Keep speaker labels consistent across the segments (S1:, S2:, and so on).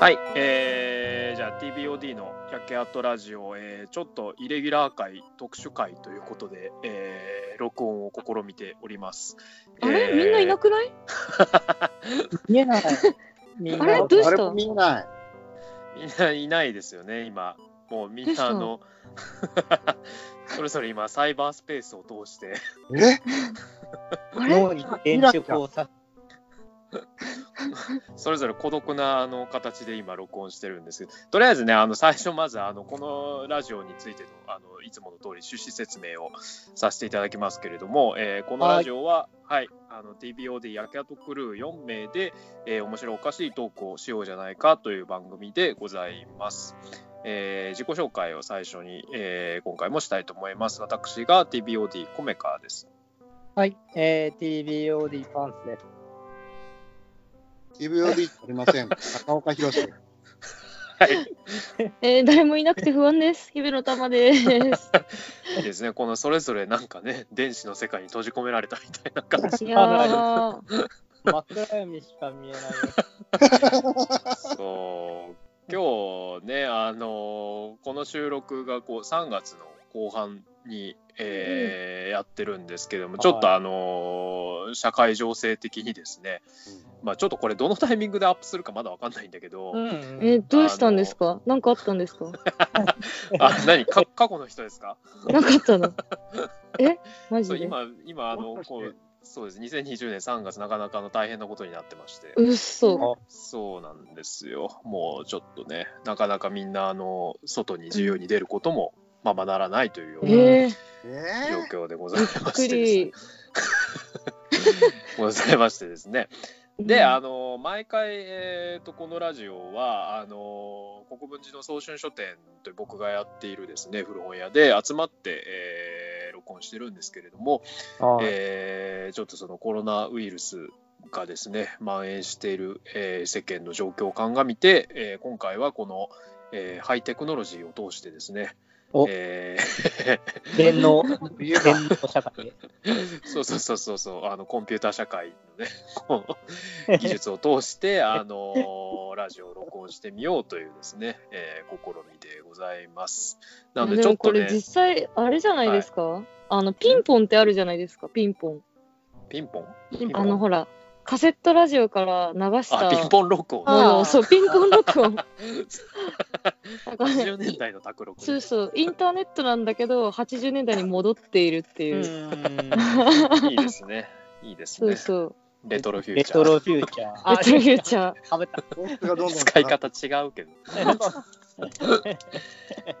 S1: はい、えー、じゃあ TBOD の「百景アットラジオ、えー」ちょっとイレギュラー会特殊会ということで、えー、録音を試みております。
S2: あれ、みんないな
S1: く
S2: くない
S3: 見えない。みんな
S2: あれどうした
S3: 誰も見えない。
S1: みんないないですよね今もうみんなあの それぞれ今サイバースペースを通して
S3: え
S2: あれ
S4: 脳に電飾をさ
S1: それぞれ孤独なあの形で今録音してるんですけどとりあえずねあの最初まずあのこのラジオについてのあのいつもの通り趣旨説明をさせていただきますけれども、えーこのラジオは、はいあの TBOD 焼け跡クルー4名で、えー面白おかしいトークをしようじゃないかという番組でございます。えー自己紹介を最初に、えー今回もしたいと思います。私が TBOD コメカです。
S4: はい、えー、TBOD パンツです。
S3: TVOD ありません。高岡博士。
S1: はい、
S2: えー誰もいなくて不安です。姫の 玉です。
S1: いいですね。このそれぞれなんかね、 電子の世界に閉じ込められたみたいな感じ。
S2: いやー、
S4: 真っ暗闇しか見えない。
S1: そう今日ねあのこの収録がこう3月の後半に、えーやってるんですけどもちょっと
S4: はい
S1: あの社会情勢的にですね、まあ、ちょっとこれどのタイミングでアップするかまだわかんないんだけど、
S4: ん
S2: えーどうしたんですかなんかあったんですか
S1: あ何か 過去の人ですか
S2: なんかあった のえマジ
S1: そう
S2: で
S1: 今今あの
S3: もし
S1: こ
S3: かして
S1: うそうです2020年3月なかなかの大変なことになってまして。
S2: うっそ。
S1: そうなんですよ。もうちょっとね、なかなかみんな、あの、外に自由に出ることも、ままならないというような
S2: えー、
S3: え
S1: 状況でござい
S2: びっ
S1: ま
S2: く
S1: してですね
S2: り。
S1: ございましてですね。で、あ
S2: の、
S1: の、毎回、えーと、このラジオは、あの、国分寺の早春書店という僕がやっているですね、古本屋で集まって、えー録音してるんですけれども、
S4: はい
S1: えーちょっとそのコロナウイルスがですね蔓延している、えー世間の状況を鑑みて、えー今回はこの、えーハイテクノロジーを通してですね、
S4: お
S1: え
S4: 電脳、
S3: 言えば
S4: 電脳社会。
S1: ー そうそうそうそうそうあのコンピューター社会のねこう技術を通 して、あのーラジオを録音してみようというですね、えー試みでございます。なので
S2: で
S1: ちょっ
S2: も
S1: と
S2: こ
S1: ね
S2: れ実際、あれじゃないですか、あの、ピンポンってあるじゃないですか、ピンポン。
S1: ピンポン
S2: ピン
S1: ポ
S2: ポ
S1: ン
S2: ンあの、ほら、カセットラジオから流し
S1: あ
S2: た。
S1: ピンポン録音
S2: ものをそう、ピンポ ン録音。なんか
S1: 80年代の卓録ね
S2: そうそう、インターネットなんだけど、80年代に戻っているっていう。
S1: いいですね。いいです
S2: そ
S1: ね
S2: う。そう。
S1: レトロフュー
S4: レ
S1: チャ
S4: トロ
S1: ー。
S4: フューチャー。
S2: レトロフューチャー。
S4: かぶった。
S3: 音質がどんどん
S1: 使い方違うけど。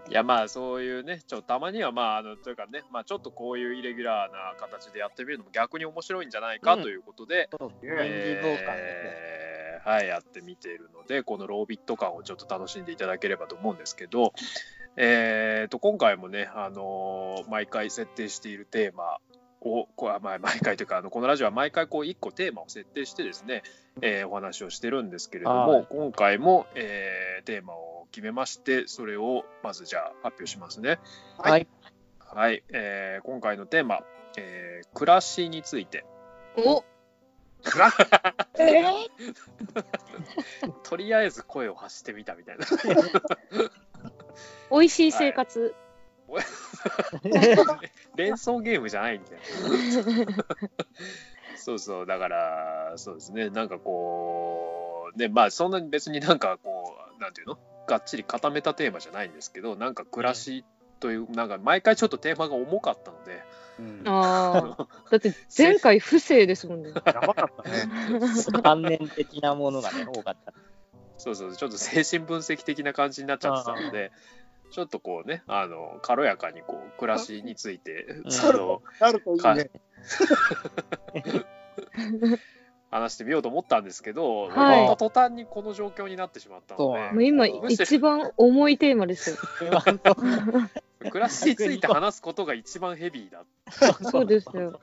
S1: いやまあそういうね、ちょっとたまにはまああのというかね、まあちょっとこういうイレギュラーな形でやってみるのも逆に面白いんじゃないか
S4: うん
S1: ということで、
S4: そう
S3: え
S4: 電磁傍観ですね
S1: えーはい、やってみているので、このロービット感をちょっと楽しんでいただければと思うんですけど、えー、と今回もね、あのー毎回設定しているテーマを、こうあまあ毎回というか、あのこのラジオは毎回こう1個テーマを設定してですね、えーお話をしてるんですけれど
S4: は
S1: も
S4: い、
S1: 今回も、えーテーマを決めまして、それをまずじゃあ発表しますね。
S4: はい。
S1: はい、えー今回のテーマ、えー暮らしについて。
S2: お
S1: とりあえず声を発してみたみたいな。
S2: 美味しい生活。
S1: 連想ゲームじゃないんだよ。そうそう、だから、そうですね、なんかこう、ね、まあ、そんなに別になんかこう、なんていうのがっちり固めたテーマじゃないんですけど、なんか暮らしという、なんか毎回ちょっとテーマが重かったので、
S3: うん
S2: ああ。だって前回不正です もんね。
S3: やばかったね。
S4: 関連的なものがね、多かった。
S1: そうそう、ちょっと精神分析的な感じになっちゃってたので、ちょっとこうね、あの、軽やかにこう、暮らしについて、
S4: うん
S1: その、
S3: なるといいね。
S1: 話してみようと思ったんですけど、
S2: はい
S1: 終わった途端にこの状況になってしまったの
S4: そう
S1: で
S4: な
S2: もう、今
S1: むしろ
S2: 一番重いテーマです よ。
S1: 暮らしについて話すことが一番ヘビーだ。
S2: そうです よ。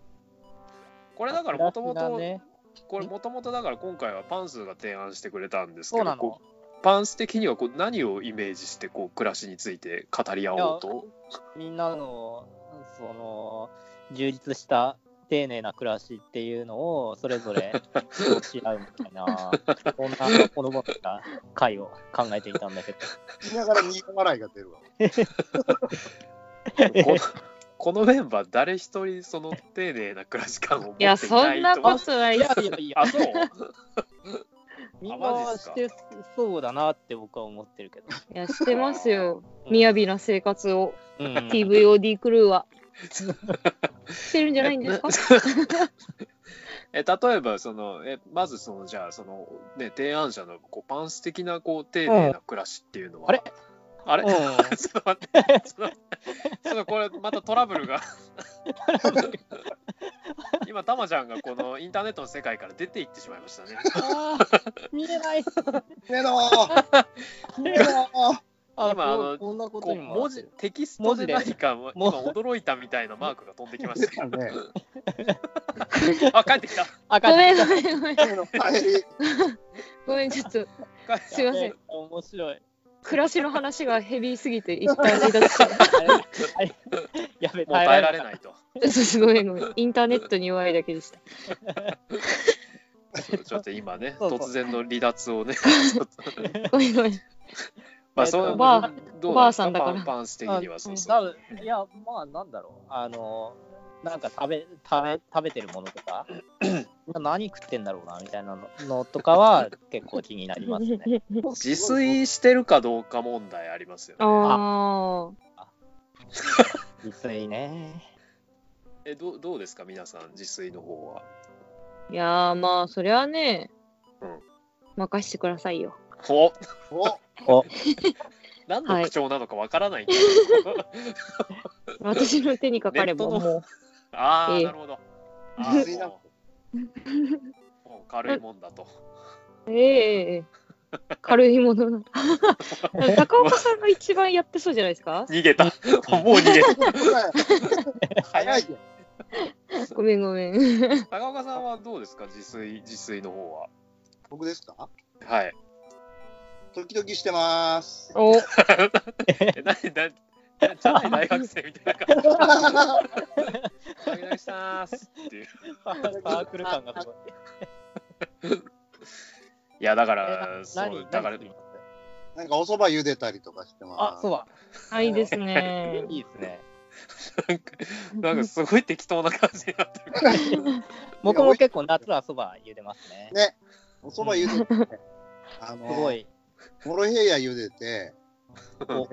S1: これだからもとも
S4: プラス
S1: と
S4: が、ね
S1: これもともとだから今回はパンスが提案してくれたんですけ
S4: そう
S1: ど、
S4: なの
S1: こ。うパンス的にはこう何をイメージしてこう暮らしについて語り合おうと。
S4: みんなの、その、充実した丁寧な暮らしっていうのをそれぞれ落ち合うみたいな、そんなほのぼのした回を考えていたんだけど、
S5: 見ながら苦笑いが出るわ。
S1: このこのメンバー誰一人その丁寧な暮らし感を持ってい
S2: い
S1: ない
S2: や、
S1: と
S2: そんなことない
S4: い
S2: です
S4: やいやいや、
S1: あそう
S4: みん
S1: マジっ
S4: な
S1: すか
S4: してそうだなって僕は思ってるけど。
S2: いや、してますよ。
S4: うん
S2: 雅な生活を、
S4: うん
S2: TVOD クルー は。してるんじゃないんですか
S1: え例えばそのえまずそのじゃあそのね提案者のこうパンス的なこう丁寧な暮らしっていうのは、
S4: あれ
S1: あれ、
S4: うん
S1: ちょっと待ってちょっとちょっとこれまたトラブルが今たまちゃんがこのインターネットの世界から出ていってしまいましたね
S4: あー見えない。
S5: 見えろー見えろー
S4: あ
S1: 今あの
S4: ここんなこと
S1: こう
S4: にも
S1: 文字テキストで何か今
S4: 文字
S1: 驚いたみたいなマークが飛んできま
S5: 出
S1: した
S5: たね。
S1: あ帰ってきた
S4: 赤
S2: ご めん、ごめん、ごめん。
S5: 声の帰り。
S2: ごめん、ちょっと、
S1: 帰って
S2: すいません。
S4: 面白い。
S2: 暮らしの話がヘビーすぎて、一旦 離脱し
S4: あれやべ、
S1: もう耐えら
S4: な
S1: れ
S4: い
S1: ないと
S2: た。そうそう、ごめん、ごめん。インターネットに弱いだけでした。
S1: そうちょっと今ね
S4: そうそう
S1: 突然の離脱をねちょっと
S2: ごめん、ごめん。
S1: まあ
S4: えっと
S1: そういう
S2: おばあ
S1: どう
S2: おばあさんだから
S1: パンパンス的にはそうそう
S4: 多分いやまあなんだろうあのなんか食べ食べ食べてるものとか 今何食ってんだろうなみたいなののとかは結構気になりますね
S1: 自炊してるかどうか問題ありますよね
S2: ああ。
S4: 実 際ね
S1: えどうどうですか皆さん自炊の方はい
S2: やー、まあ、それはね
S1: うん、
S2: 任してくださいよ。
S1: お
S5: お
S4: お
S1: 何の口調なのかわからないんだけ ど
S2: 私の手にかかれば
S1: ネット
S2: も
S1: ああ
S2: ええ
S1: なるほどあーもうもう軽いもんだと
S2: う、ええ軽いも のな。高岡さんが一番やってそうじゃないですか
S1: 逃げたもう逃 げた
S5: 早いよ。
S2: ごめんごめん。
S1: 高岡さんはどうですか自炊自炊の方は
S5: 僕ですか
S1: はい
S5: 時々してます。
S2: お、
S1: え何何何じゃない大学生みたいな感じお願いしますっていう
S4: サークル感がすごい
S1: いやだか
S4: え
S1: ら
S4: な
S1: そう
S4: 何
S1: だから
S4: 何作ります
S5: なんかお蕎麦茹でたりとかしてます。
S4: あそうだ
S2: あ、いいですね。
S4: いいですね
S1: なんかなんかすごい適当な感じになってるから
S4: 僕も結構夏はそば茹でますね
S5: ね。お蕎麦茹でて、あ
S4: すご
S5: の、
S4: い
S5: モロヘイヤ茹でて
S4: お、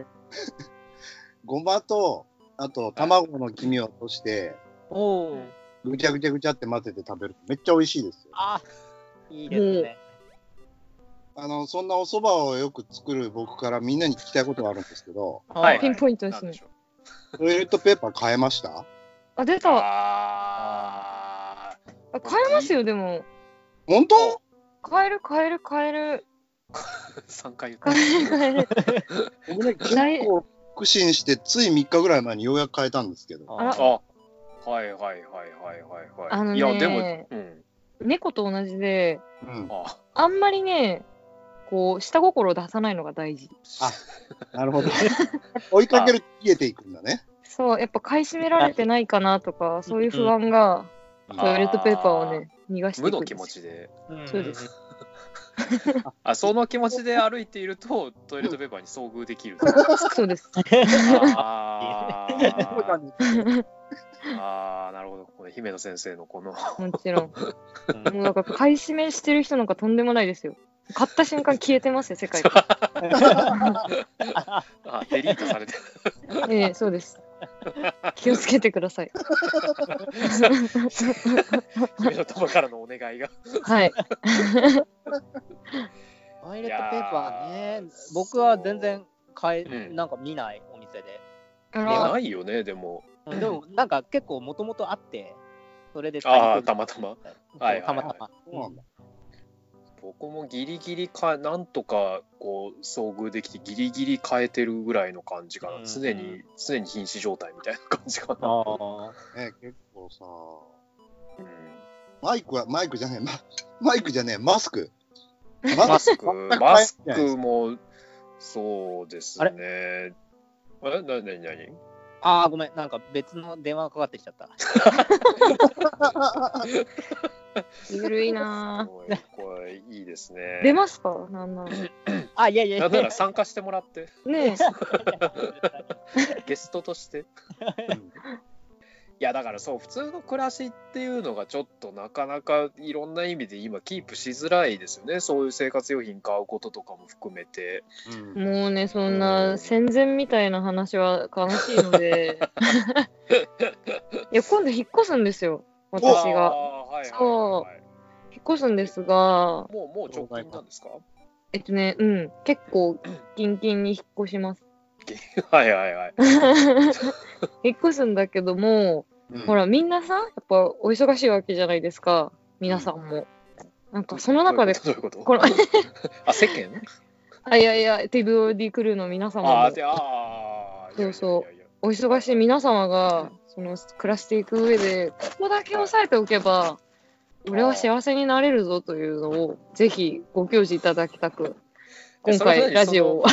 S5: ごまと、あと卵の黄身を落として、
S4: おお
S5: ぐちゃぐちゃぐちゃって混ぜて食べるとめっちゃ美味しいですよ。
S4: あいいですね
S5: あの、そんなお蕎麦をよく作る僕からみんなに聞きたいことがあるんですけど、
S1: はい
S2: ピンポイントで
S1: な
S2: す
S1: んで
S2: ね
S1: し。ょう
S5: トイレットペーパー変えました
S2: あ、出た。あ
S1: あー
S2: 変えますよ、でも。
S5: 本当
S2: 変える、変える、変 える。
S1: 3回言った
S2: 変える、変える。
S5: 僕ね、結
S2: ない
S5: 構苦心して、つい3日ぐらい前にようやく変えたんですけど、
S2: あら
S1: あはいはいはいはいはいはい
S2: あのね
S1: いやでもうん
S2: 猫と同じで、
S5: うん、
S1: あ
S2: あんまりね、こう、下心を出さないのが大事。
S5: なるほど。追いかけると消えていくんだね。
S2: そう、やっぱ買い占められてないかなとか、そういう不安が、
S1: うん
S2: トイレットペーパーをね、逃がしてい
S1: 無
S2: く
S1: の
S2: ん
S1: 気
S2: で
S1: 持
S2: す。
S1: ちで
S4: うん
S2: そうです
S1: あその気持ちで歩いているとトイレットペーパーに遭遇できる
S2: そうです。
S1: あ
S5: そうだ
S1: ー
S5: ね
S1: あーなるほどこれ姫野先生のこの
S2: もちろん。
S4: うん
S2: も うだから買い占めしてる人なんかとんでもないですよ。買った瞬間消えてますよ、世界か
S1: あデリートされて
S2: ら。 ええそうです。気をつけてください。
S1: 姫野友からのお願いが
S2: はい。
S4: トイレットペーパーね、僕は全然買え、
S1: うん
S4: なんか見ないお店で。
S2: あ
S1: いや
S2: ら、
S1: ないよねでも
S4: でも、なんか結構もともとあって、それで
S1: あーたまたま。はいはいはい
S4: たまたま。
S5: そうなんだ。
S1: 僕もギリギリかなんとかこう遭遇できてギリギリ変えてるぐらいの感じか
S4: う
S1: なん常に常に瀕死状態みたいな感じかな、
S4: あ
S5: ね結構さ、
S1: うん
S5: マイクは、マイクじゃねえ、ママイクじゃねえ、マスク。
S1: マ
S5: マ
S1: ス
S5: ス
S1: ク
S5: ク
S1: マスクもそうですね
S4: あ
S1: えななになに
S4: ああ、ごめん、なんか別の電話がかかってきちゃった。
S2: ゆるいな
S1: おいこれいいですね
S2: ぁ。出ますかなんなら。ね
S4: あ、いやいやい
S1: な
S4: や
S1: んなら参加してもらって
S2: え。
S1: ゲストとして。いやだからそう普通の暮らしっていうのがちょっとなかなかいろんな意味で今キープしづらいですよねそういう生活用品買うこととかも含めて
S5: うん
S2: もうね、そんな戦前みたいな話は悲しいの で。いや、今度引っ越すんですよ、私
S1: あ
S2: が。
S1: ーはいはい
S2: そ
S1: はいはい
S2: 引っ越すんですが、
S1: もうもう直近なんですか
S2: えっとね、うん、結構、キンキンに引っ越します。
S1: はいはいはい
S2: 引っ越すんだけども、
S5: うん
S2: ほら、みんなさ、やっぱお忙しいわけじゃないですか、皆さんも。なんか、その中で、
S1: どういうことどういう
S2: こ
S1: こと
S2: の、
S1: あ世間
S2: あ、いやいや、ティブディクルーの皆様
S1: あ
S2: も
S1: ー、であーいやいやいやいや
S2: そうお忙しい皆様が、その、暮らしていく上で、ここだけ押さえておけば、俺は幸せになれるぞというのを、ぜひご教示いただきたく、
S1: え
S2: 今
S1: それ
S2: 回、
S1: 何
S2: ラジオを。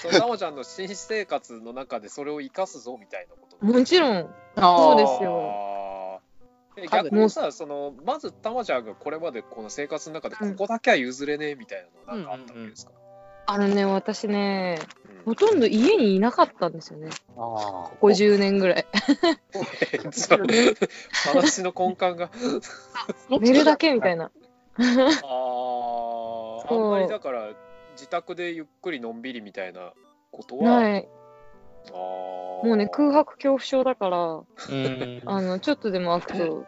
S1: そうなおちゃんの新生活の中でそれを生かすぞみたいなこと
S2: もちろん、そ
S4: そ
S2: うですよ
S1: よ。え
S4: 家具
S1: 逆にさ、そのまずたまちゃんがこれまでこの生活の中でこ
S2: うん
S1: こだけは譲れねえみたいなのなんかあったわけですか、
S2: あのね、私ね、
S1: うん
S2: ほとんど家にいなかったんですよね、
S5: あ
S2: ここ10年ぐらい。
S1: そう話の根幹が
S2: 寝るだけみたいな。
S1: あーあんまりだから自宅でゆっくりのんびりみたいなことは、
S2: ない。
S1: あも
S2: もうね、空白恐怖症だから、
S4: うん
S2: あの、ちょっとでも 開くと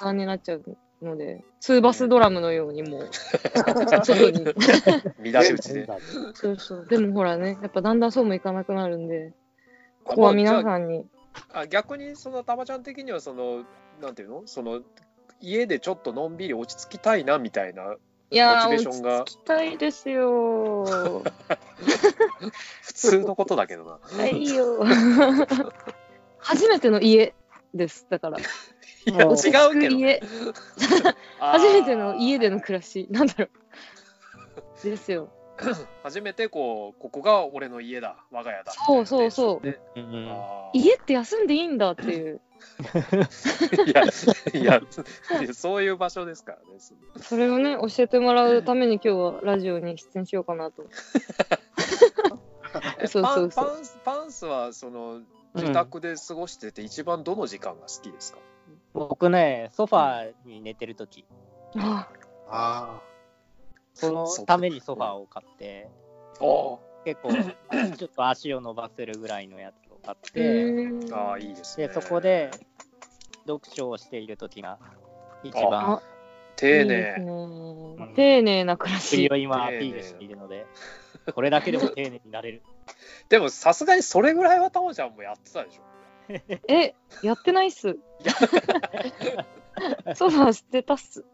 S2: 不安になっちゃうので、ツーバスドラムのようにも う、外に。
S1: 乱れ打ちで。
S2: そうそう。でもほらね、やっぱだんだんそうもいかなくなるんで、ここは皆
S1: ん
S2: さんに。
S1: あ逆にそのたまちゃん的にはそのなんていうのその家でちょっとのんびり落ち着きたいなみたいない
S2: や
S1: モ
S2: ー、
S1: チベーションが
S2: 落ち着きたいですよ ー。
S1: 普通のことだけ どな
S2: はいよ。初めての家です、だから。
S1: いや違
S2: も
S1: うけど
S2: 家。初めての家での暮らし、なんだろう。ですよ。
S1: 初めてこうここが俺の家だ我が家だ
S2: そうそうそう
S1: みたいな
S4: うん
S1: ねあー
S2: 家って休んでいいんだっていう、
S1: いやいやいやそういう場所ですからねその
S2: それをね、教えてもらうために今日はラジオに出演しようかなと。
S1: え
S2: そう
S1: パン
S2: そうそう
S1: パンスパンスはその自宅で過ごしてて一番どの時間が好きですか、
S4: 僕ね、ソファーに寝てるとき、
S2: あ
S5: あ
S4: そのためにソファーを買って、
S1: お
S4: 結構、あのちょっと足を伸ばせるぐらいのやつを買っ
S2: う
S4: て、
S2: ーん
S1: ああーいいですね
S4: で、そこで読書をしているときが一番
S2: あ、
S1: 丁
S2: いいです
S1: 寧
S2: ね
S4: ん
S2: 丁寧な暮ら
S4: 釣り
S2: し
S4: を。今アピールしているので、これだけでも丁寧になれる。
S1: でもさすがにそれぐらいはたまちゃんもやってたでしょ
S2: え、やってないっ す。ソファー捨てたっす。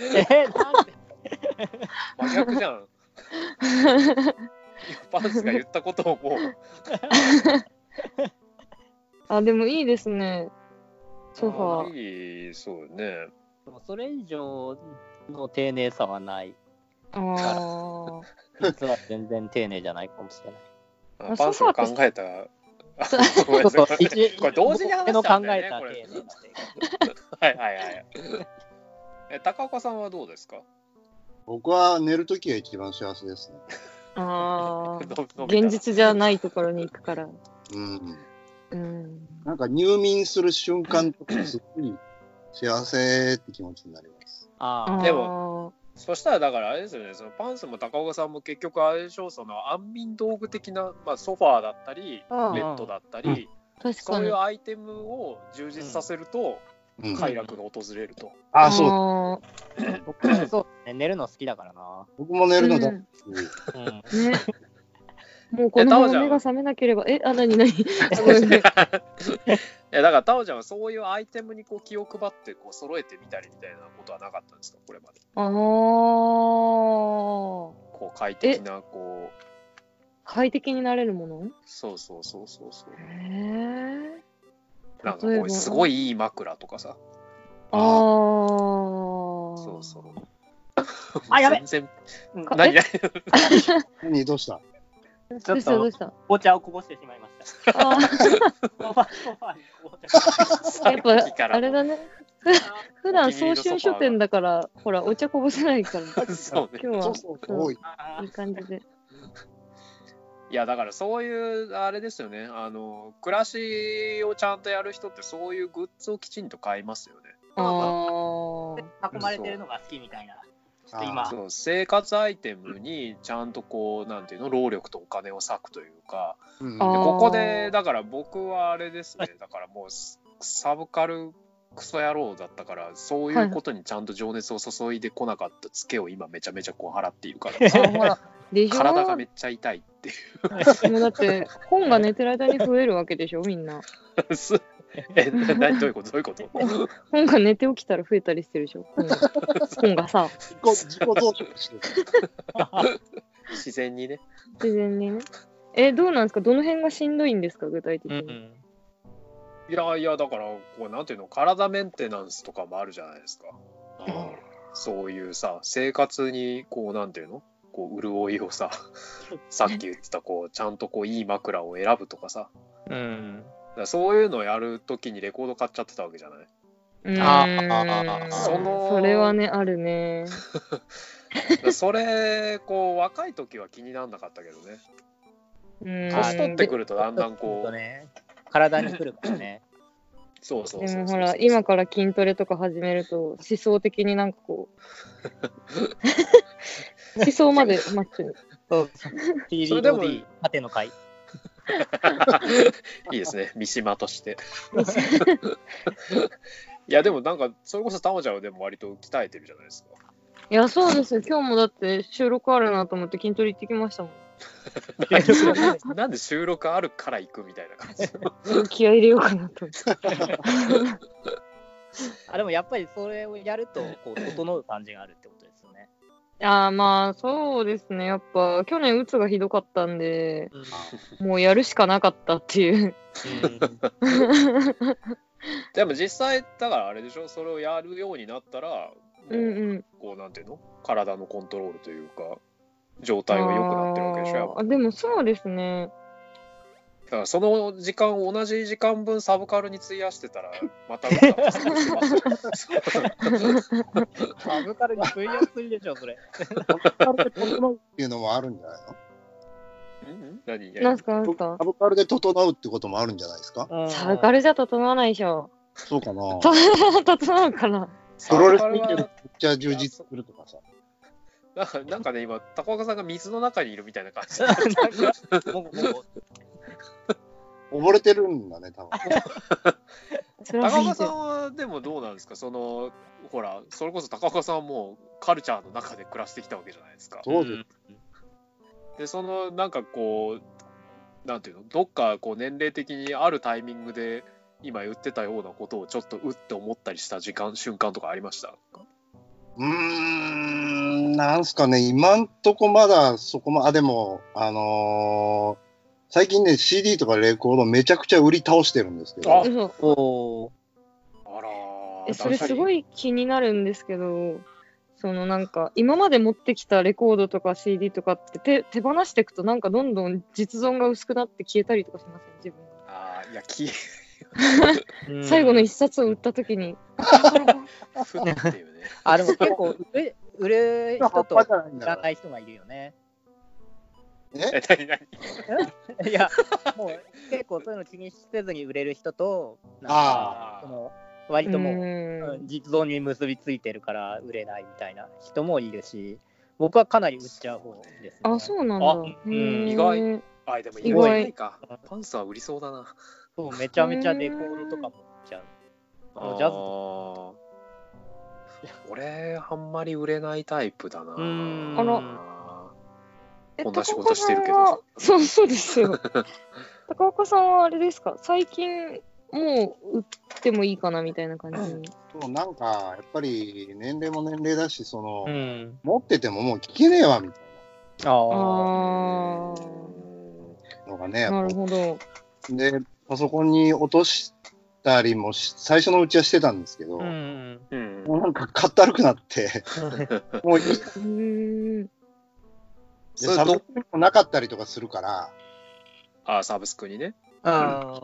S4: え、なんで
S1: 真逆じゃん。パンスが言ったことをもう、
S2: あ、でもいいですね。ソファー。
S1: いい、そうね。
S4: それ以上の丁寧さはない。
S2: あ
S4: 実は全然丁寧じゃないかもしれない。
S1: あ
S2: あ
S1: パンス
S2: ソファ
S1: が
S2: ー
S1: 考えた。
S2: そう
S1: あごめんなさい。
S4: 一
S1: これ同時に話し
S4: 僕の
S1: たん
S4: 考
S1: だよ
S4: え
S1: ね
S4: た
S1: これ
S4: 丁寧な
S1: はいはいはい。え、高岡さんはどうですか
S5: あ、僕は寝るときが一番幸せですね。
S2: あ。ああ。
S1: ののび太
S2: 現実じゃないところに行くから。
S5: うん。
S2: うん。
S5: なんか入眠する瞬間とかすごい幸せって気持ちになります。
S4: あ
S1: で
S2: も、
S1: そしたらだからあれですよね、そのパンスも高岡さんも結局あれでしょう、その安眠道具的な、まあ、ソファーだったり、ベ
S2: ああ
S1: ッドだったり、
S2: 確
S1: そ
S2: か
S1: うい
S2: に
S1: う。アイテムを充実させると、
S5: うん、
S1: 快楽が訪れると。
S5: ああ、そう。
S2: う。
S4: あ。僕もそう、ね、寝るの好きだからな。
S5: 僕も寝るの だ、
S2: うん
S4: うん、
S2: ね。もうこのまま目が覚めなければ、え、あ、なになにご めんごめん
S1: いやだからタオちゃんはそういうアイテムにこう気を配ってこう揃えてみたりみたいなことはなかったんですかこれまで
S2: あー
S1: こう快適なこう
S2: 快適になれるもの
S1: そうそうそうそうそう
S2: へ
S1: なんかこ
S2: 例えば
S1: うすごいいい枕とかさ
S2: ーあー。
S1: そうそう
S4: あやべ
S1: 全然
S4: うん
S1: 何何
S5: 何どうした
S4: ち
S2: ど
S4: ょ
S2: う
S4: っ
S2: したどう
S4: と
S2: した
S4: 紅茶をこぼしてしまいま した。
S2: あ
S4: ソファソファに紅茶が
S2: ーやっ
S1: さっきか
S2: ぱ、
S1: ら
S2: あれだね。普段早春書店だから、ほら、お茶こぼせないから、
S1: そうね。
S2: 今日
S5: そ
S2: は
S5: うそう、多い。
S4: あ
S2: いい感じで。
S1: いやだからそういうあれですよねあの暮らしをちゃんとやる人ってそういうグッズをきちんと買いますよね
S2: あ ー。
S4: ー囲まれてるのが好きみたいな。ちょっと今
S5: あ
S1: そう生活アイテムにちゃんとこうなんていうの労力とお金を割くというか
S5: ーうん
S1: で
S2: あー
S1: ここでだから僕はあれですねだからもうすサブカルクソ野郎だったからそういうことにちゃんと情熱を注いでこなかったツケを今めちゃめちゃこう払っているから
S2: あほら、でしょ
S1: 体がめっちゃ痛いってい
S2: もうだって、本が寝てる間に増えるわけでしょ、みんな。
S1: うす えな何どういうことどういうこと
S2: 本が寝て起きたら増えたりしてるでしょ、本が本がさ、
S5: 自己自己増殖してる。
S1: 自然にね
S2: 自然にね。え、どうなんですかどの辺がしんどいんですか、具体的
S4: うんう
S2: に。
S4: ん
S1: いやいやだからこうなんていうの体メンテナンスとかもあるじゃないですかそういうさ生活にこうなんていうのこう潤いをささっき言ってたこうちゃんとこういい枕を選ぶとかさ
S4: うん。
S1: だからそういうのをやるときにレコード買っちゃってたわけじゃない
S2: うん
S4: あ
S2: ーん
S1: その
S2: それはね、あるね。
S1: だからそれこう若い時は気にならなかったけどね
S2: うん
S1: 年取ってくるとだんだん
S4: ちょっ
S1: ことう
S4: ね、体に来るからね。
S1: そうそうそう
S2: で
S1: そう
S2: もほ ら、今から筋トレとか始めると、思想的になんかこ う、思想までマッチョに。
S4: そう。
S1: それでも
S4: TDOD、縦の回。
S1: いいですね、三島として。 いや、でもなんか、それこそたまちゃんはでも割と鍛えてるじゃないですか。
S2: いや、そうですよ。今日もだって収録あるなと思って筋トレ行ってきましたもん。
S1: なんで収録あるから行くみたいな感じ。
S2: 気合い入れようかなと思って。
S4: あでもやっぱりそれをやるとこう整う感じがあるってことですよね。
S2: ああ、まあ、そうですね。やっぱ、去年、鬱がひどかったんで、
S4: うん
S2: もうやるしかなかったっていう。
S1: でも実際、だからあれでしょ、それをやるようになったら、
S2: う
S1: もうん
S2: うん。
S1: こう、なんていうの、体のコントロールというか、状態が良くなってるわけでしょ、やっぱ
S2: あーでもそうで すね。
S1: だからその時間を同じ時間分サブカルに費やして たら、またうまくなってますよ
S4: サブカルに食いやすいでしょ、それ。
S5: サブカルで整うっていうのもあるんじゃない
S1: ん何
S2: なんすか、なんす
S5: の
S2: か
S5: サ。ブカルで整うってこともあるんじゃないですか
S2: サブカ
S4: ル
S2: ルじゃ整わないでしょ。
S5: そうかな。
S2: 整うかな。
S5: プロレス見
S1: サブカルは
S5: てるめっちゃ充実するとかさ。
S1: なんかなんかね、今、高岡さんが水の中にいるみたいな感 じ。
S4: もごもご
S5: 溺れてるんだね、多分。
S2: 辛す
S1: 高
S2: ぎ
S1: 岡
S2: て
S1: さんはでもどうなんですかその、ほら、それこそ高岡さんはもうカルチャーの中で暮らしてきたわけじゃないですか。
S5: そうです。
S1: で、その、なんかこう、なんていうの、どっかこう年齢的にあるタイミングで、今言ってたようなことをちょっとうって思ったりした時間、瞬間とかありました
S5: うーん、なんすかね、今んとこまだそこま、あ、でも、あのー最近ね、CD とかレコードめちゃくちゃ売り倒してるんですけ
S1: あ
S5: ど、
S2: 嘘
S4: おー
S1: あらー
S2: えそれすご
S1: い。
S2: い気になるんですけどそのなんか今まで持ってきたレコードとか CD とかって手手放していくとなんかどんどん実存が薄くなって消えたりとかしません自分が、
S1: あーいや、 き、
S4: うん
S2: 最後の一冊を売った 時に
S1: ふっていうね。
S4: あ、でも結構売れ、売れ人
S5: 葉っ
S4: と
S5: ぱじゃないん
S4: 売
S5: だ
S4: ら
S5: か
S4: ない人がいるよね。
S5: ら。
S1: え
S5: え、
S1: 何何
S4: いや、もう結構そういうの気にせずに売れる人と、なんか
S5: あ
S4: その割ともう
S2: う
S4: う
S2: ー
S4: ん
S2: ん
S4: 実像に結びついてるから売れないみたいな人もいるし僕はかなり売っちゃう方です、ね、
S2: あそうなん
S1: あ
S2: だ
S4: うん
S2: へー
S1: 意外 あ、でも意
S2: 意外
S1: 外ないか。パンサー売りそうだな。
S4: そうめちゃめちゃレコードとかも売っちゃうあのジャズ
S1: と俺、あんまり売れないタイプだな。
S4: うん
S2: あらえ
S1: こんな仕事してるけど
S2: 高岡さんはそうそうですよ 高岡さんはあれですか最近もう売ってもいいかなみたいな感じに
S5: そうなんか、やっぱり年齢も年齢だし、その、
S4: うん
S5: 持っててももう聞けねえわ、みたい
S4: あ
S2: あ
S4: あ
S5: なのがね、
S2: あなるほど
S5: で、パソコンに落としたりもし、最初のうちはしてたんですけど、
S4: うん
S1: うん
S5: もうなんかかったるくなって、もういいう
S2: ーん
S5: で
S6: それ
S5: サブ
S6: ど
S5: ス、クもなかったりとかするから、
S1: あサブスクにね。
S6: あ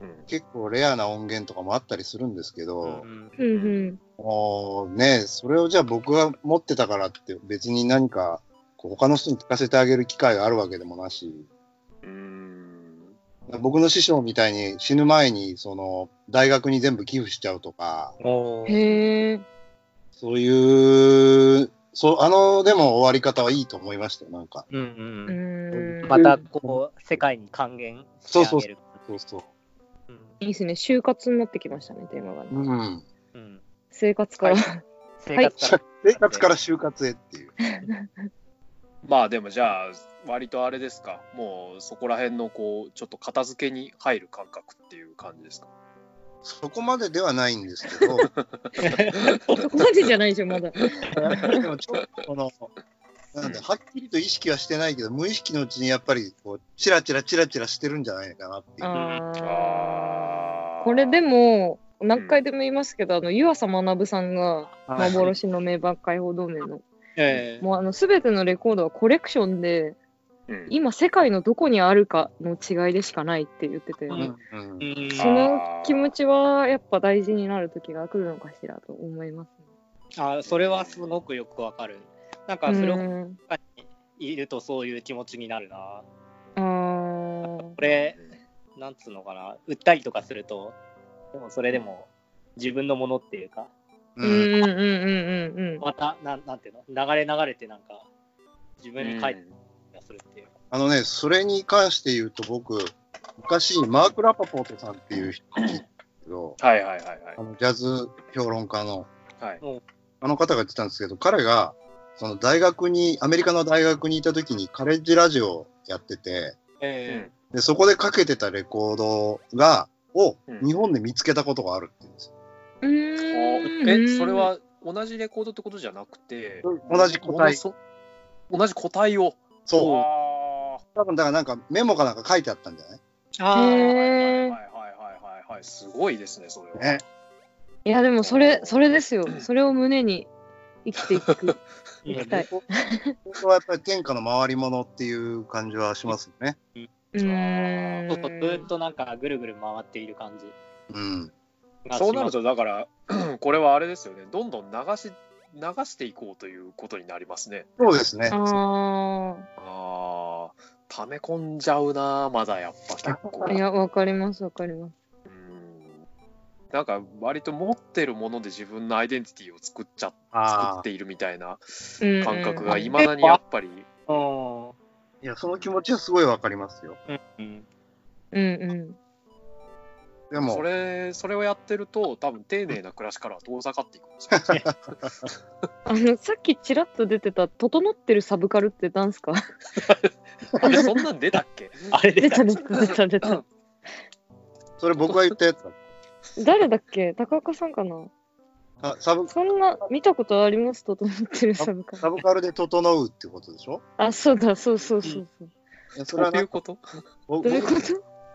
S1: うん
S5: 結構レアな音源とかもあったりするんですけど、
S6: ー
S2: うんうん。
S5: もうね、それをじゃあ僕が持ってたからって別に何かこう他の人に聞かせてあげる機会があるわけでもなし、
S1: うーん。
S5: 僕の師匠みたいに死ぬ前にその大学に全部寄付しちゃうとか、
S6: おー
S2: へえ。
S5: そういう、そうあの、でも終わり方はいいと思いましたよ、なんか。
S4: う
S2: う
S4: んうん
S2: ん。
S4: またこう世界に還元してあげる
S5: そうそう。
S4: うん
S2: いいですね。就活になってきましたね、テーマがね。
S5: うん。
S4: うん
S2: 生活から。
S4: 生活から
S5: 生活から就活へっていう。
S1: まあでもじゃあ、割とあれですか、もうそこら辺のこう、ちょっと片付けに入る感覚っていう感じですか。
S5: そこまでではないんですけ ど、
S2: そこまでじゃないでしょ、 まだ。
S5: でもちょっとこの、なんで、はっきりと意識はしてないけど、無意識のうちにやっぱり、こう、チラチラチラチラしてるんじゃないかなっていう。
S2: あ
S1: あ
S2: あ。
S1: ー
S2: これで、も、何回でも言いますけど、あの、湯浅学さんが、幻の名盤解放同盟の、
S6: ええ
S2: もうあの、すべてのレコードはコレクションで、
S1: うん
S2: 今世界のどこにあるかの違いでしかないって言ってて、
S6: う
S5: うん
S6: う。ん
S2: その気持ちはやっぱ大事になる時が来るのかしらと思います、ね。
S4: あそれはすごくよくわかるなんかそれを
S2: うん
S4: いるとそういう気持ちになるな
S2: あー
S4: これなんつうのかな売ったりとかするとでもそれでも自分のものっていうか
S2: うん
S5: う
S2: う
S5: ん
S2: んうんうんうん
S4: またなんなんていうの流れ流れてなんか自分に返ってきたりするっていう、
S5: あのね、それに関して言うと、僕、昔、マーク・ラパポートさんっていう人がいるんですけど、
S1: はいはいはいはい
S5: あ。のジャズ評論家の、
S1: はい
S5: あの方が言ってたんですけど、彼が、その大学に、アメリカの大学にいた時にカレッジラジオをやってて、
S4: え
S5: で、そこでかけてたレコードが、を
S1: うん
S5: 日本で見つけたことがあるって言うんですよ。
S2: うーん
S1: え、それは同じレコードってことじゃなくて、
S5: 同じ個
S1: も
S5: 体。
S1: のそ同じ個体を。
S5: そう。
S1: あ
S5: 多分、だからなんかメモかなんか書いてあったんじゃない
S1: ー
S2: へ
S1: はいはいはいはい
S2: ー
S1: はいはい。すごいですね、それは。
S5: ね
S2: いやでもそれそれですよそれを胸に生きてい く行きたい
S5: 僕はやっぱり天下の回り物っていう感じはしますよね。
S2: うーん
S4: そうそうずーっとなんかぐるぐる回っている感じ
S5: うん。
S4: がします
S1: そうなると、だから、 これはあれですよね、どんどん流し流していこうということになりますね。
S5: そうですね。
S2: あ
S1: ああ、溜め込んじゃうな、まだやっぱ結構
S2: あい。やわかりますわかります
S1: うんなんか割と持ってるもので自分のアイデンティティを作っちゃ作
S5: あ
S1: っ
S5: あ。
S1: ているみたいな
S2: うんうん
S1: 感覚がいまだにやっぱり、
S4: うん
S5: いや、その気持ちはすごいわかりますよ。
S4: うん
S2: うんうん
S5: でも
S1: そ、れそれをやってると多分丁寧な暮らしからは遠ざかっていくんですよ。
S2: あのさっきちらっと出てた「整ってるサブカル」ってダンスか
S1: あれそんなん出たっけ
S4: あれ
S2: 出
S4: で
S2: た出た出た出た
S5: それ僕が言ったやつだ
S2: 誰だっけ高岡さんかな
S5: あサブ
S2: そんな見たことあります整ってるサブカル
S5: サブカルで整うってことでしょ
S2: あそうだそうそうそうそう
S5: いやそ
S1: ど
S5: れ
S1: う
S5: はな
S1: いうこと
S5: 僕
S2: どういうこと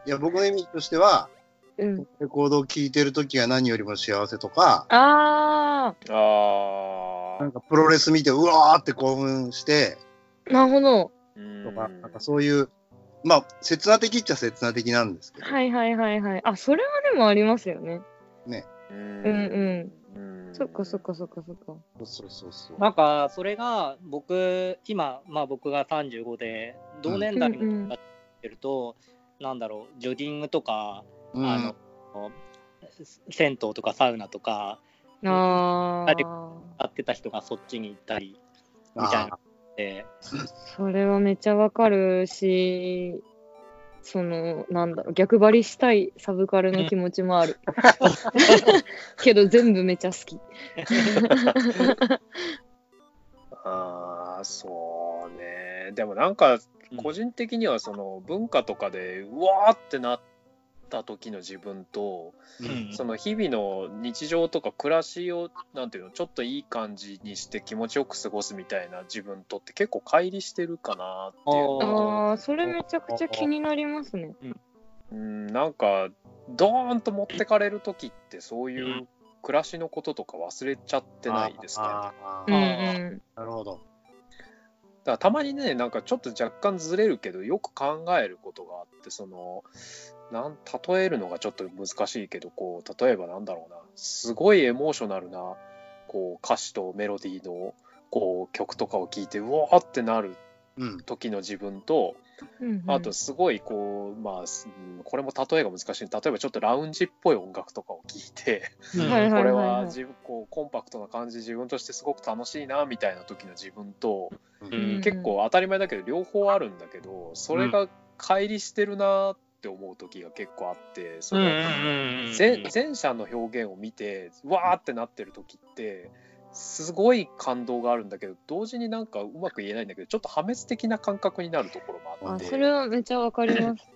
S5: いや僕の意味としては、
S2: うん
S5: レコードを聴いてる時が何よりも幸せとか、
S2: あ
S1: あ
S5: なんかプロレス見て、うわーって興奮して
S2: あなるほど
S1: ー
S5: とか、なんかそういう、まあ、刹那的っちゃ刹那的なんですけど、
S2: はいはいはいはいあそれはでもありますよね
S1: う
S2: うん
S1: うん
S2: そっかそっかそっかそっか
S5: そうそうそう。
S4: なんかそれが僕今まあ僕が35で同年代
S2: うんうんうん
S4: になってると、なんだろうジョギングとか、
S5: うん
S4: あの銭湯とかサウナとか
S2: あ
S4: あれ
S2: あ
S4: やってた人がそっちに行ったりみたい
S5: あ
S4: なで
S2: それはめっちゃわかるしそのなんだろう逆張りしたいサブカルの気持ちもあるけど全部めちゃ好き
S1: あーそうねでもなんか個人的にはその文化とかでうわーってなった時の自分と
S4: うん
S1: その日々の日常とか暮らしをなんていうのちょっといい感じにして気持ちよく過ごすみたいな自分とって結構乖離してるかなっていうのと
S2: ああそれめちゃくちゃ気になりますね
S1: うんなんかドーンと持ってかれる時ってそういう暮らしのこととか忘れちゃってないです
S5: ね
S1: かね。。
S2: う
S5: あー
S2: ん
S5: あ
S2: うん
S5: ーなるほど。
S1: だからたまにねなんかちょっと若干ずれるけどよく考えることがあってそのなん例えるのがちょっと難しいけどこう例えばなんだろうなすごいエモーショナルなこう歌詞とメロディーのこう曲とかを聴いてうわーってなる
S5: うん。
S1: 時の自分と
S2: うんうん
S1: あとすごいこうまあすうんこれも例えが難しい例えばちょっとラウンジっぽい音楽とかを聴いて
S2: はいは い
S1: こ
S2: はい
S1: れ
S2: はい
S1: は自分こうコンパクトな感じ自分としてすごく楽しいなみたいな時の自分と、
S5: うん
S1: 結構当たり前だけど両方あるんだけどそれが乖離してるなって思う時が結構あってその前前者の表現を見てわーってなってる時ってすごい感動があるんだけど同時になんかうまく言えないんだけどちょっと破滅的な感覚になるところもあっ
S2: あ
S1: て。
S2: それはめっちゃわかります。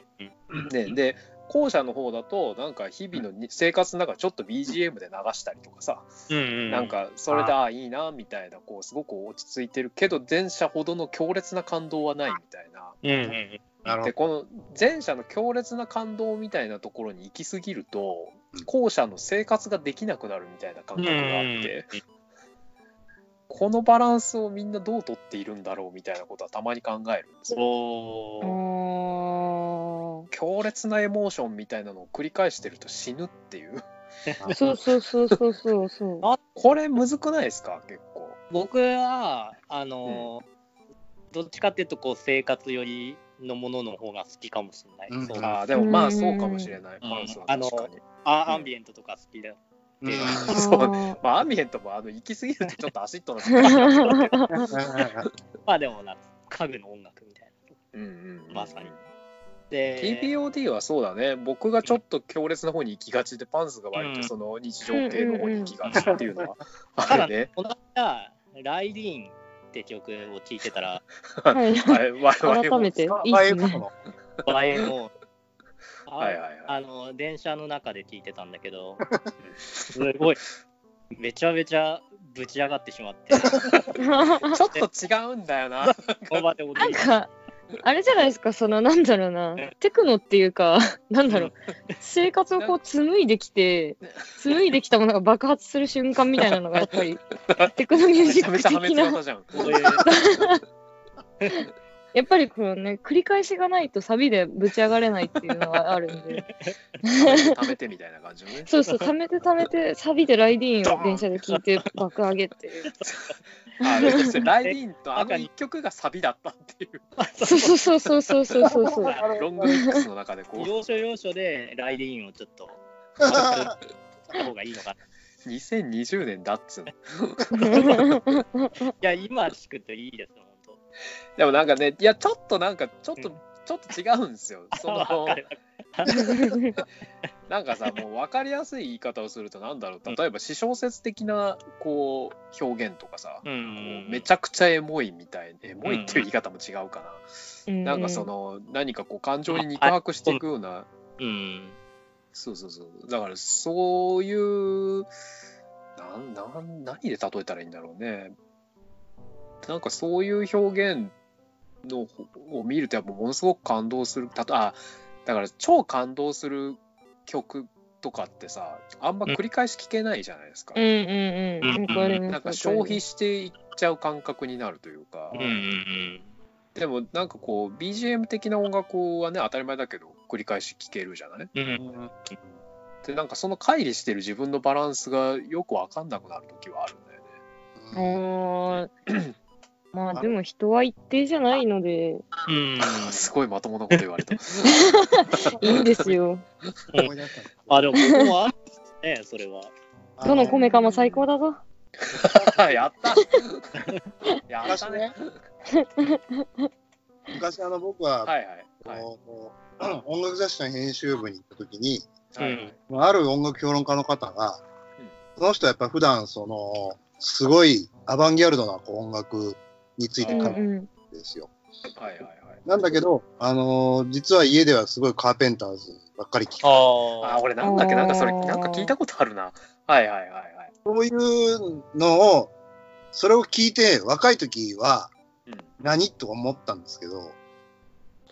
S1: ね、で後者の方だとなんか日々のに生活の中ちょっと BGM で流したりとかさ、なんかそれでああいいなみたいなこうすごく落ち着いてるけど前者ほどの強烈な感動はないみたいな。
S5: な
S1: で
S5: る
S1: この前者の強烈な感動みたいなところに行き過ぎると
S5: うん
S1: 後者の生活ができなくなるみたいな感覚があってこのバランスをみんなどうとっているんだろうみたいなことはたまに考えるんですよ
S2: あー
S1: 強烈なエモーションみたいなのを繰り返してると死ぬっていう
S5: ほど。
S2: そうそうそうそうそうそう。
S1: これむずくないですか結構
S4: 僕はあのーどっちかっていうとこう生活寄りのものの方が好きかもしれない、
S5: うん
S4: そう
S1: ああでもま
S2: う
S1: あ
S2: ん
S1: そうかもしれない
S4: うん
S1: パンスは確かに
S4: あアンビエントとか好きだよ、
S5: うん
S4: で
S2: あー
S1: そうまあアミエントもあの行き過ぎるとちょっとアシッとなっちゃう から
S4: まあでもなんか家具の音楽みたいな
S1: うんうんうん
S4: まさにで
S1: TPOD はそうだね僕がちょっと強烈な方に行きがちでパンスが割とその日常系の方に行きがちっていうのは
S4: た
S1: あ
S4: だ
S1: るね
S4: ね、この間ライディーンって曲を聴いてたら
S2: はい
S1: あれ我々も
S2: 改めていい
S5: あ
S2: で
S5: い
S2: す
S5: うこ
S2: ね。
S5: との
S4: バエをあ
S1: はいはいはい
S4: あの電車の中で聴いてたんだけ どすごいめちゃめちゃぶち上がってしまって
S1: ちょっと違うんだよ な
S4: その場で踊
S2: なん
S4: り
S2: か、あれじゃないですか、その、なんだろうな、テクノっていうか、なんだろう、生活をこう紡いできて、紡いできたものが爆発する瞬間みたいなのが、やっぱり、テクノミュー
S1: め
S2: ジ
S1: ちゃ
S2: ッ
S1: め
S2: ク
S1: ちゃ破
S2: 的
S1: 滅
S2: な、
S1: 型じゃん
S4: そういう
S2: やっぱりこのね、繰り返しがないとサビでぶち上がれないっていうのがあるんで、
S1: 貯めてみたいな感じのね
S2: そうそう、溜めて溜めて、サビでライディーンを電車で聴いて爆上げっていう。
S1: あ別にライディーンとあの一曲がサビだったっていう
S2: そうそうそうそうそうそうそうそう。
S1: ロングミックスの中でこう
S4: 要所要所でライディーンをちょっとした方がいいのか
S1: 2020年だっつうの
S4: な。いや、今聞くといいですよ、本
S1: でもなんかねいやちょっとなんかちょっと、ちょっと違うんですよ。そ
S4: 当。わ
S1: の
S4: かる
S1: なんかさもう分かりやすい言い方をするとなんだろう例えば私小説的なこう表現とかさ、
S4: う
S1: こ
S4: ん
S1: うめちゃくちゃエモいみたいなエモいっていう言い方も違うかな、なんかその何かこう感情に肉薄していくような、
S4: うん。
S1: そうそうそうだからそういうなんなん何で例えたらいいんだろうねなんかそういう表現のを見るとやっぱものすごく感動するたとあだから超感動する曲とかってさあんま繰り返し聴けないじゃないですか、
S2: うんうんうん。わかります
S1: なんか消費していっちゃう感覚になるというか、
S4: うんうん
S1: でもなんかこう BGM 的な音楽はね当たり前だけど繰り返し聴けるじゃない
S4: うん。
S1: でなんかその乖離してる自分のバランスがよく分かんなくなる時はあるんだよね。
S2: あーまあでも人は一定じゃないので
S4: うん。
S1: すごいまともなこと言われた。
S2: いいんですよ。
S5: 思い出した
S4: あ、でも僕もあるんですね、それは。
S2: どのコメかも最高だぞ。
S1: やったやっ
S5: 昔
S1: たね
S5: ね。昔あの僕は、
S1: はいはい。はい
S5: こうこう音楽雑誌の編集部に行った時に、
S1: はいはい
S5: ある音楽評論家の方が
S1: うん、
S5: その人はやっぱ普段その、すごいアバンギャルドなこう音楽について
S2: うん
S5: 考
S2: う
S5: えてるん
S2: ん。
S5: ですよ。
S1: はいはい。
S5: なんだけど、あのー実は家ではすごいカーペンターズばっかり聴く。
S1: あ、
S4: あ
S1: 俺なんだっけなんかそれ、
S2: あー
S1: なんか聞いたことあるな。はいはいはいはい。
S5: そういうのを、それを聞いて若い時は
S1: うん
S5: 何と思ったんですけど、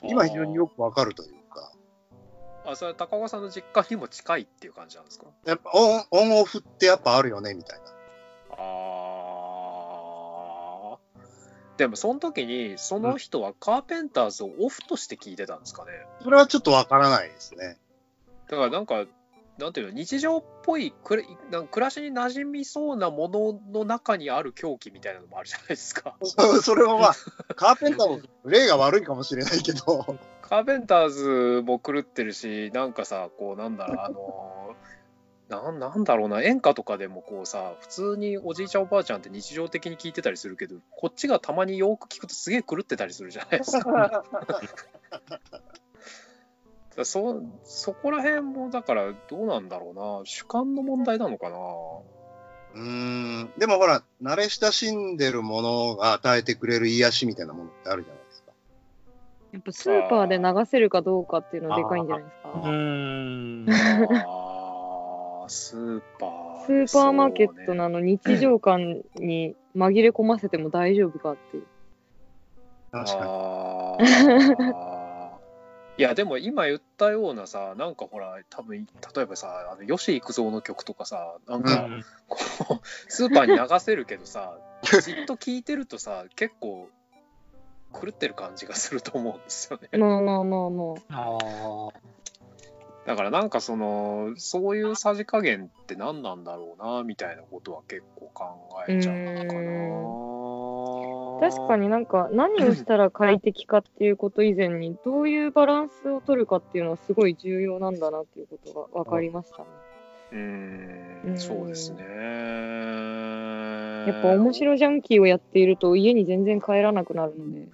S5: 今非常によくわかるというか、
S1: あ、それ高岡さんの実家にも近いっていう感じなんですか
S5: やっぱオン、オンオフってやっぱあるよね、みたいな。
S1: あーでもその時にその人はカーペンターズをオフとして聞いてたんですかね
S5: それはちょっとわからないですね。
S1: だからなんかなんていうの日常っぽいくれなんか暮らしに馴染みそうなものの中にある狂気みたいなのもあるじゃないですか
S5: そそれはまあ、カーペンターも例が悪いかもしれないけど、
S1: カーペンターズも狂ってるしなんかさこうなんだろうあのー、ななんだろうな演歌とかでもこうさ普通におじいちゃんおばあちゃんって日常的に聞いてたりするけどこっちがたまによく聞くとすげえ狂ってたりするじゃないですか。だからそそこら辺もだからどうなんだろうな主観の問題なのかな
S5: うーん、でもほら、慣れ親しんでるものが与えてくれる癒しみたいなものってあるじゃないですか。
S2: やっぱスーパーで流せるかどうかっていうのはでかいんじゃないです
S4: う
S2: か。
S4: ーん。
S1: あースーパー
S2: スーパーマーケット
S1: そうね
S2: のあの日常感に紛れ込ませても大丈夫かっていう。
S5: 確かに。
S1: あーいやでも今言ったようなさなんかほら多分例えばさあの吉幾三の曲とかさなん
S5: う
S1: かこう、スーパーに流せるけどさじっと聴いてるとさ結構狂ってる感じがすると思うんですよね。
S2: まあまあまあまあ。
S4: ああ。
S1: だからなんかそのそういうさじ加減って何なんだろうなみたいなことは結構考えちゃうかな。
S2: 確かになんか何をしたら快適かっていうこと以前にどういうバランスを取るかっていうのはすごい重要なんだなっていうことが分かりましたね。
S1: うー
S2: うんん
S1: そうですね。
S2: やっぱ面白ジャンキーをやっていると家に全然帰らなくなるので。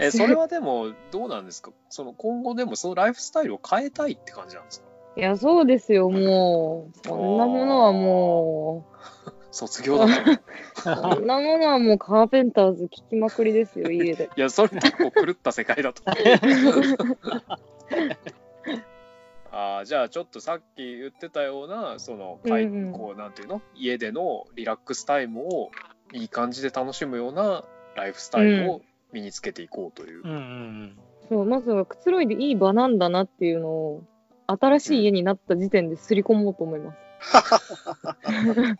S1: えそれはでもどうなんですかその今後でもそのライフスタイルを変えたいって感じなんですか
S2: いや、そうですよ、もう。こんなものはも、
S1: 卒業だと。いう
S2: こんなものはもうカーペンターズ聞きまくりですよ、家で。
S1: やそれ結構狂った世界だと。 あーじゃあちょっとさっき言ってたようなその、かい
S2: うんうん
S1: こうなんていうの家でのリラックスタイムをいい感じで楽しむようなライフスタイルを身につけていこうという。
S4: うんうん
S2: そう、まずはくつろいでいい場なんだなっていうのを、新しい家になった時点ですり込もうと思います。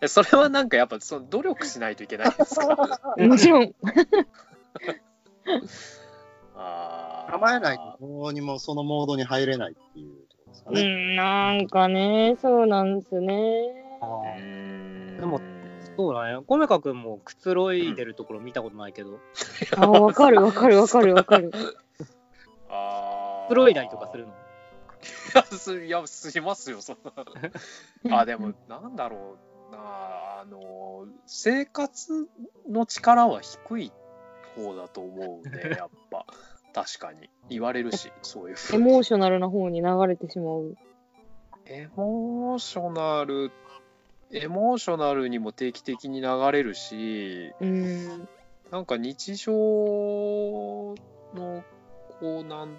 S1: えそれはなんかやっぱその努力しないといけないですか
S2: もちろん、
S1: あー
S5: 構えないと、どうにもそのモードに入れないっていうところですか
S2: う
S5: ね。
S2: ん、なんかね、そうなんですね。
S4: あ
S1: う
S4: ー
S1: ーん
S4: でもそうだね。コメカ君もくつろいでるところ見たことないけど、く
S2: あ、わかるわかるわかるわかる。
S1: あー
S4: つろいだりとかする
S1: い
S4: の。
S1: やすいやしますよそん なあでもなんだろうなあの生活の力は低い方だと思う ねやっぱ確かに言われるしそういうふ
S2: エ
S1: うに
S2: モーショナルな方に流れてしまう。
S1: エモーショナルエモーショナルにも定期的に流れるし
S2: うん。
S1: なんか日常のこうなん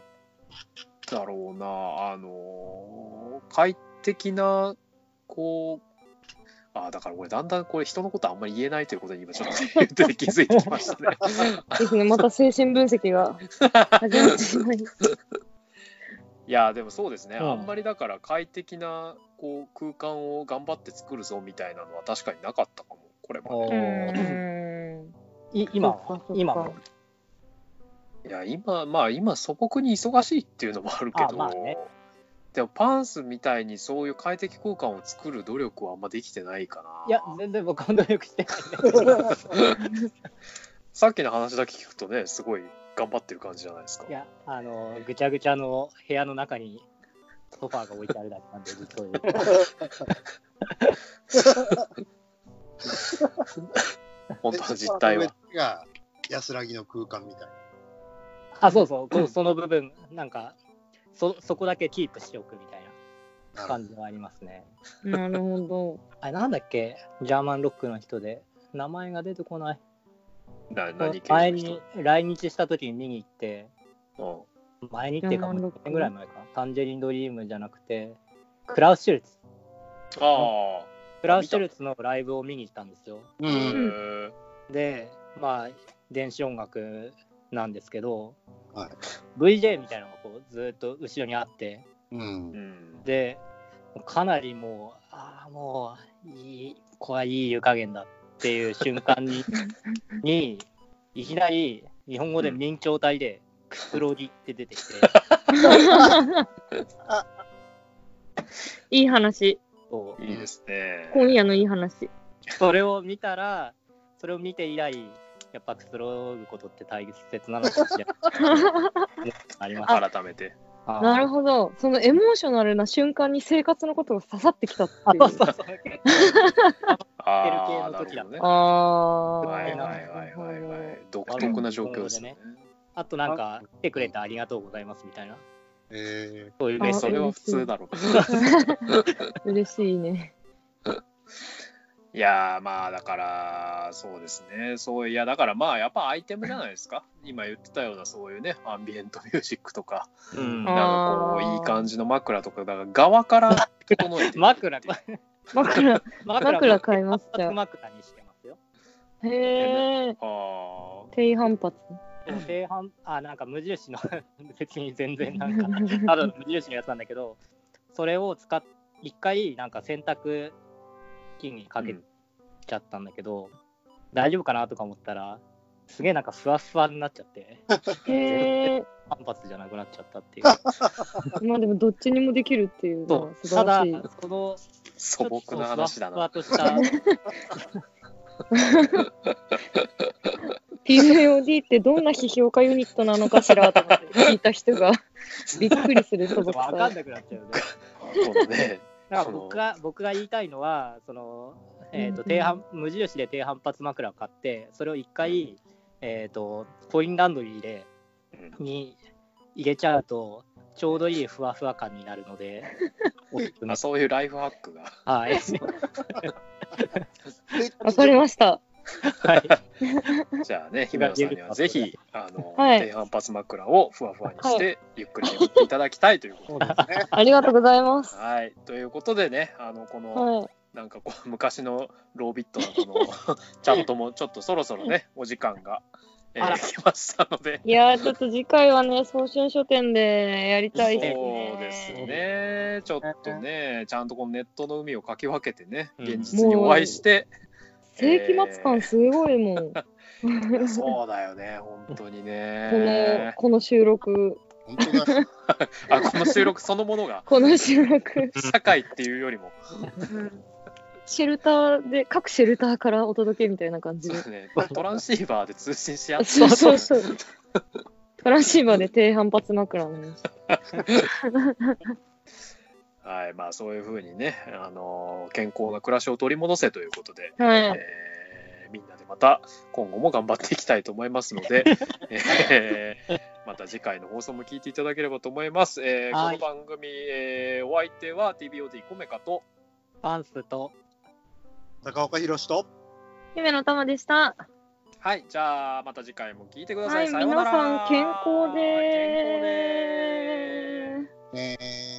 S1: だろうなあの快適なこうあだからこれだんだんこれ人のことあんまり言えないということに今ちょっと言ってて気づいてきま したね。
S2: ですね、また精神分析が始まって しまいます。
S1: いやでもそうですね、
S4: うん
S1: あんまりだから快適なこう空間を頑張って作るぞみたいなのは確かになかったかもこれも。
S4: おー
S2: うん
S4: い今は
S2: そっかそっか
S4: 今は。
S1: いや今まあ今素朴に忙しいっていうのもあるけ
S4: あ
S1: ど、
S4: まあね
S1: でもパンスみたいにそういう快適空間を作る努力はあんまできてないかない
S4: や、全然僕は努力してない ね。
S1: さっきの話だけ聞くとねすごい頑張ってる感じじゃないですか
S4: いや、あの、ぐちゃぐちゃの部屋の中にソファーが置いてあるだけなんで、ずっと。
S1: 本当の実態は。
S5: が安らぎの空間みたいな。
S4: あ、そうそう、こその部分、なんか、そ、そこだけキープしておくみたいな感じはありますね。
S2: なるほど。
S4: あれ、なんだっけジャーマンロックの人で。名前が出てこない。
S1: な何系
S4: 前
S1: の
S4: に
S1: 人、
S4: 来日した時に見に行って、
S1: うん
S4: 前にっていうか、
S2: ジャーマンロック
S4: 1年ぐらい前か。タンジェリンドリームじゃなくて、クラウス・シュルツ。
S1: ああ、
S4: クラウス・シュルツのライブを見に行ったんですよ。
S5: う
S1: へ
S5: ん。
S1: ー
S4: で、まあ、電子音楽なんですけど、
S5: はい
S4: VJ みたいなのがこうずーっと後ろにあって、
S5: う。
S1: うんん、
S4: で、かなりもう、ああ、もう、いい、これはいい湯加減だっっていう瞬間 ににいきなり日本語で明朝体で「くつろぎ」って出 てきて、
S2: いい話。
S4: そう
S1: いいですね。
S2: 今夜のいい話。
S4: それを見たらそれを見て以来やっぱくつろぐことって大切なのかもしれない ありました
S1: 改めて。
S2: なる
S4: ほ
S2: ほど。そのエモーショナルな瞬間に生活のことが刺さってきたっていう。
S4: そうそうそう
S1: ああ、なるほ
S4: テル系
S1: ど
S4: の
S1: ね。
S4: 時
S1: は
S2: あ
S1: い
S2: ー。
S1: はいはいはいはい。独特な状況ですね。
S4: あとなんか来てくれてありがとうございますみたいな
S5: え
S4: そういう
S2: あ
S4: メッ
S1: そ
S4: セージ
S1: れは普通だろう。
S2: 嬉しいね。
S1: いやーまあだからそうですねそういやだからまあやっぱアイテムじゃないですか今言ってたようなそういうねアンビエントミュージックとか
S4: うん
S1: なんかこ
S2: あー
S1: ういい感じの枕とかだから側から整 えて
S4: 枕こ
S2: 枕、
S4: 枕
S2: 枕
S4: 枕
S2: 買いまし
S4: 枕
S2: た。
S4: 枕にしてますよ
S2: へえ。
S1: あー
S2: 低反発。
S4: でも低反あなんか無印の 別に全然なんかただの無印のやつなんだけどそれを使っ一回なんか洗濯機にかけちゃったんだけど、大丈夫かなとか思ったらすげえなんかふわふわになっちゃって
S2: へえ。
S4: 反発じゃなくなっちゃったっていう
S2: まあでもどっちにもできるっていうの
S4: そ
S2: は
S4: う
S2: 素
S4: た
S2: 晴ら
S4: だ
S2: しい。
S4: その
S1: 素朴な話だ
S4: ふわ
S1: な
S4: っとした
S2: PVOD ってどんな批評家ユニットなのかしらと思って聞いた人 がびっくりする素朴
S4: 分か
S2: さ
S4: ん。なくなっちゃうね
S1: このね
S4: だから僕が僕が言いたいのはその、えー、と
S2: うん
S4: 低反無印で低反発枕を買ってそれを一回、えー、とコインランドリーで
S1: うん
S4: に入れちゃうとちょうどいいふわふわ感になるのでおすすめ
S1: あそういうライフハックが
S4: はい、
S5: ー
S2: わかりました。
S4: はい、
S1: じゃあね姫野さんにはぜひあの、
S2: はい
S1: 低反発枕をふわふわにして、ゆっくり眠っていただきたいということで
S2: ありがとうございます。
S1: はいということでねあのこの、
S2: は
S1: なんかこう昔のロービットのこの チャットもちょっとそろそろねお時間が、え
S4: あ
S1: ー、
S4: ら
S1: 来ましたので。
S2: い。いやー、ちょっと次回はね、早春書店でやり
S1: そ
S2: たいですね。
S1: うですねちょっとねちゃんとこのネットの海をかき分けてね
S4: うん
S1: 現実にお会いして、
S2: 世紀末感すごい もん。
S1: いやそうだよね本当に
S2: この
S1: ね、
S2: この収録、
S5: 本当だ。
S1: あこの収録そのものが
S2: この収録、
S1: 社会っていうよりも
S2: シェルターで、各シェルターからお届けみたいな感じ
S1: そう
S2: で
S1: で。すねトランシーバーで通信し合って
S2: そうそうそう。トランシーバーで低反発枕のね。
S1: はいまあそういうふうにねあの健康な暮らしを取り戻せということで
S2: はい。
S1: えーみんなでまた今後も頑張っていきたいと思いますの で、えーまた次回の放送も聞いていただければと思います。えーこ
S4: は
S1: の
S4: い
S1: 番組、えーお相手は TBOD コメカと
S4: パンスと
S5: 高岡宏と。
S2: 姫の玉でした。
S1: はいじゃあまた次回も聞いてください。
S2: はい
S1: さようなら
S2: 皆さん健康で
S1: 健康で
S5: えー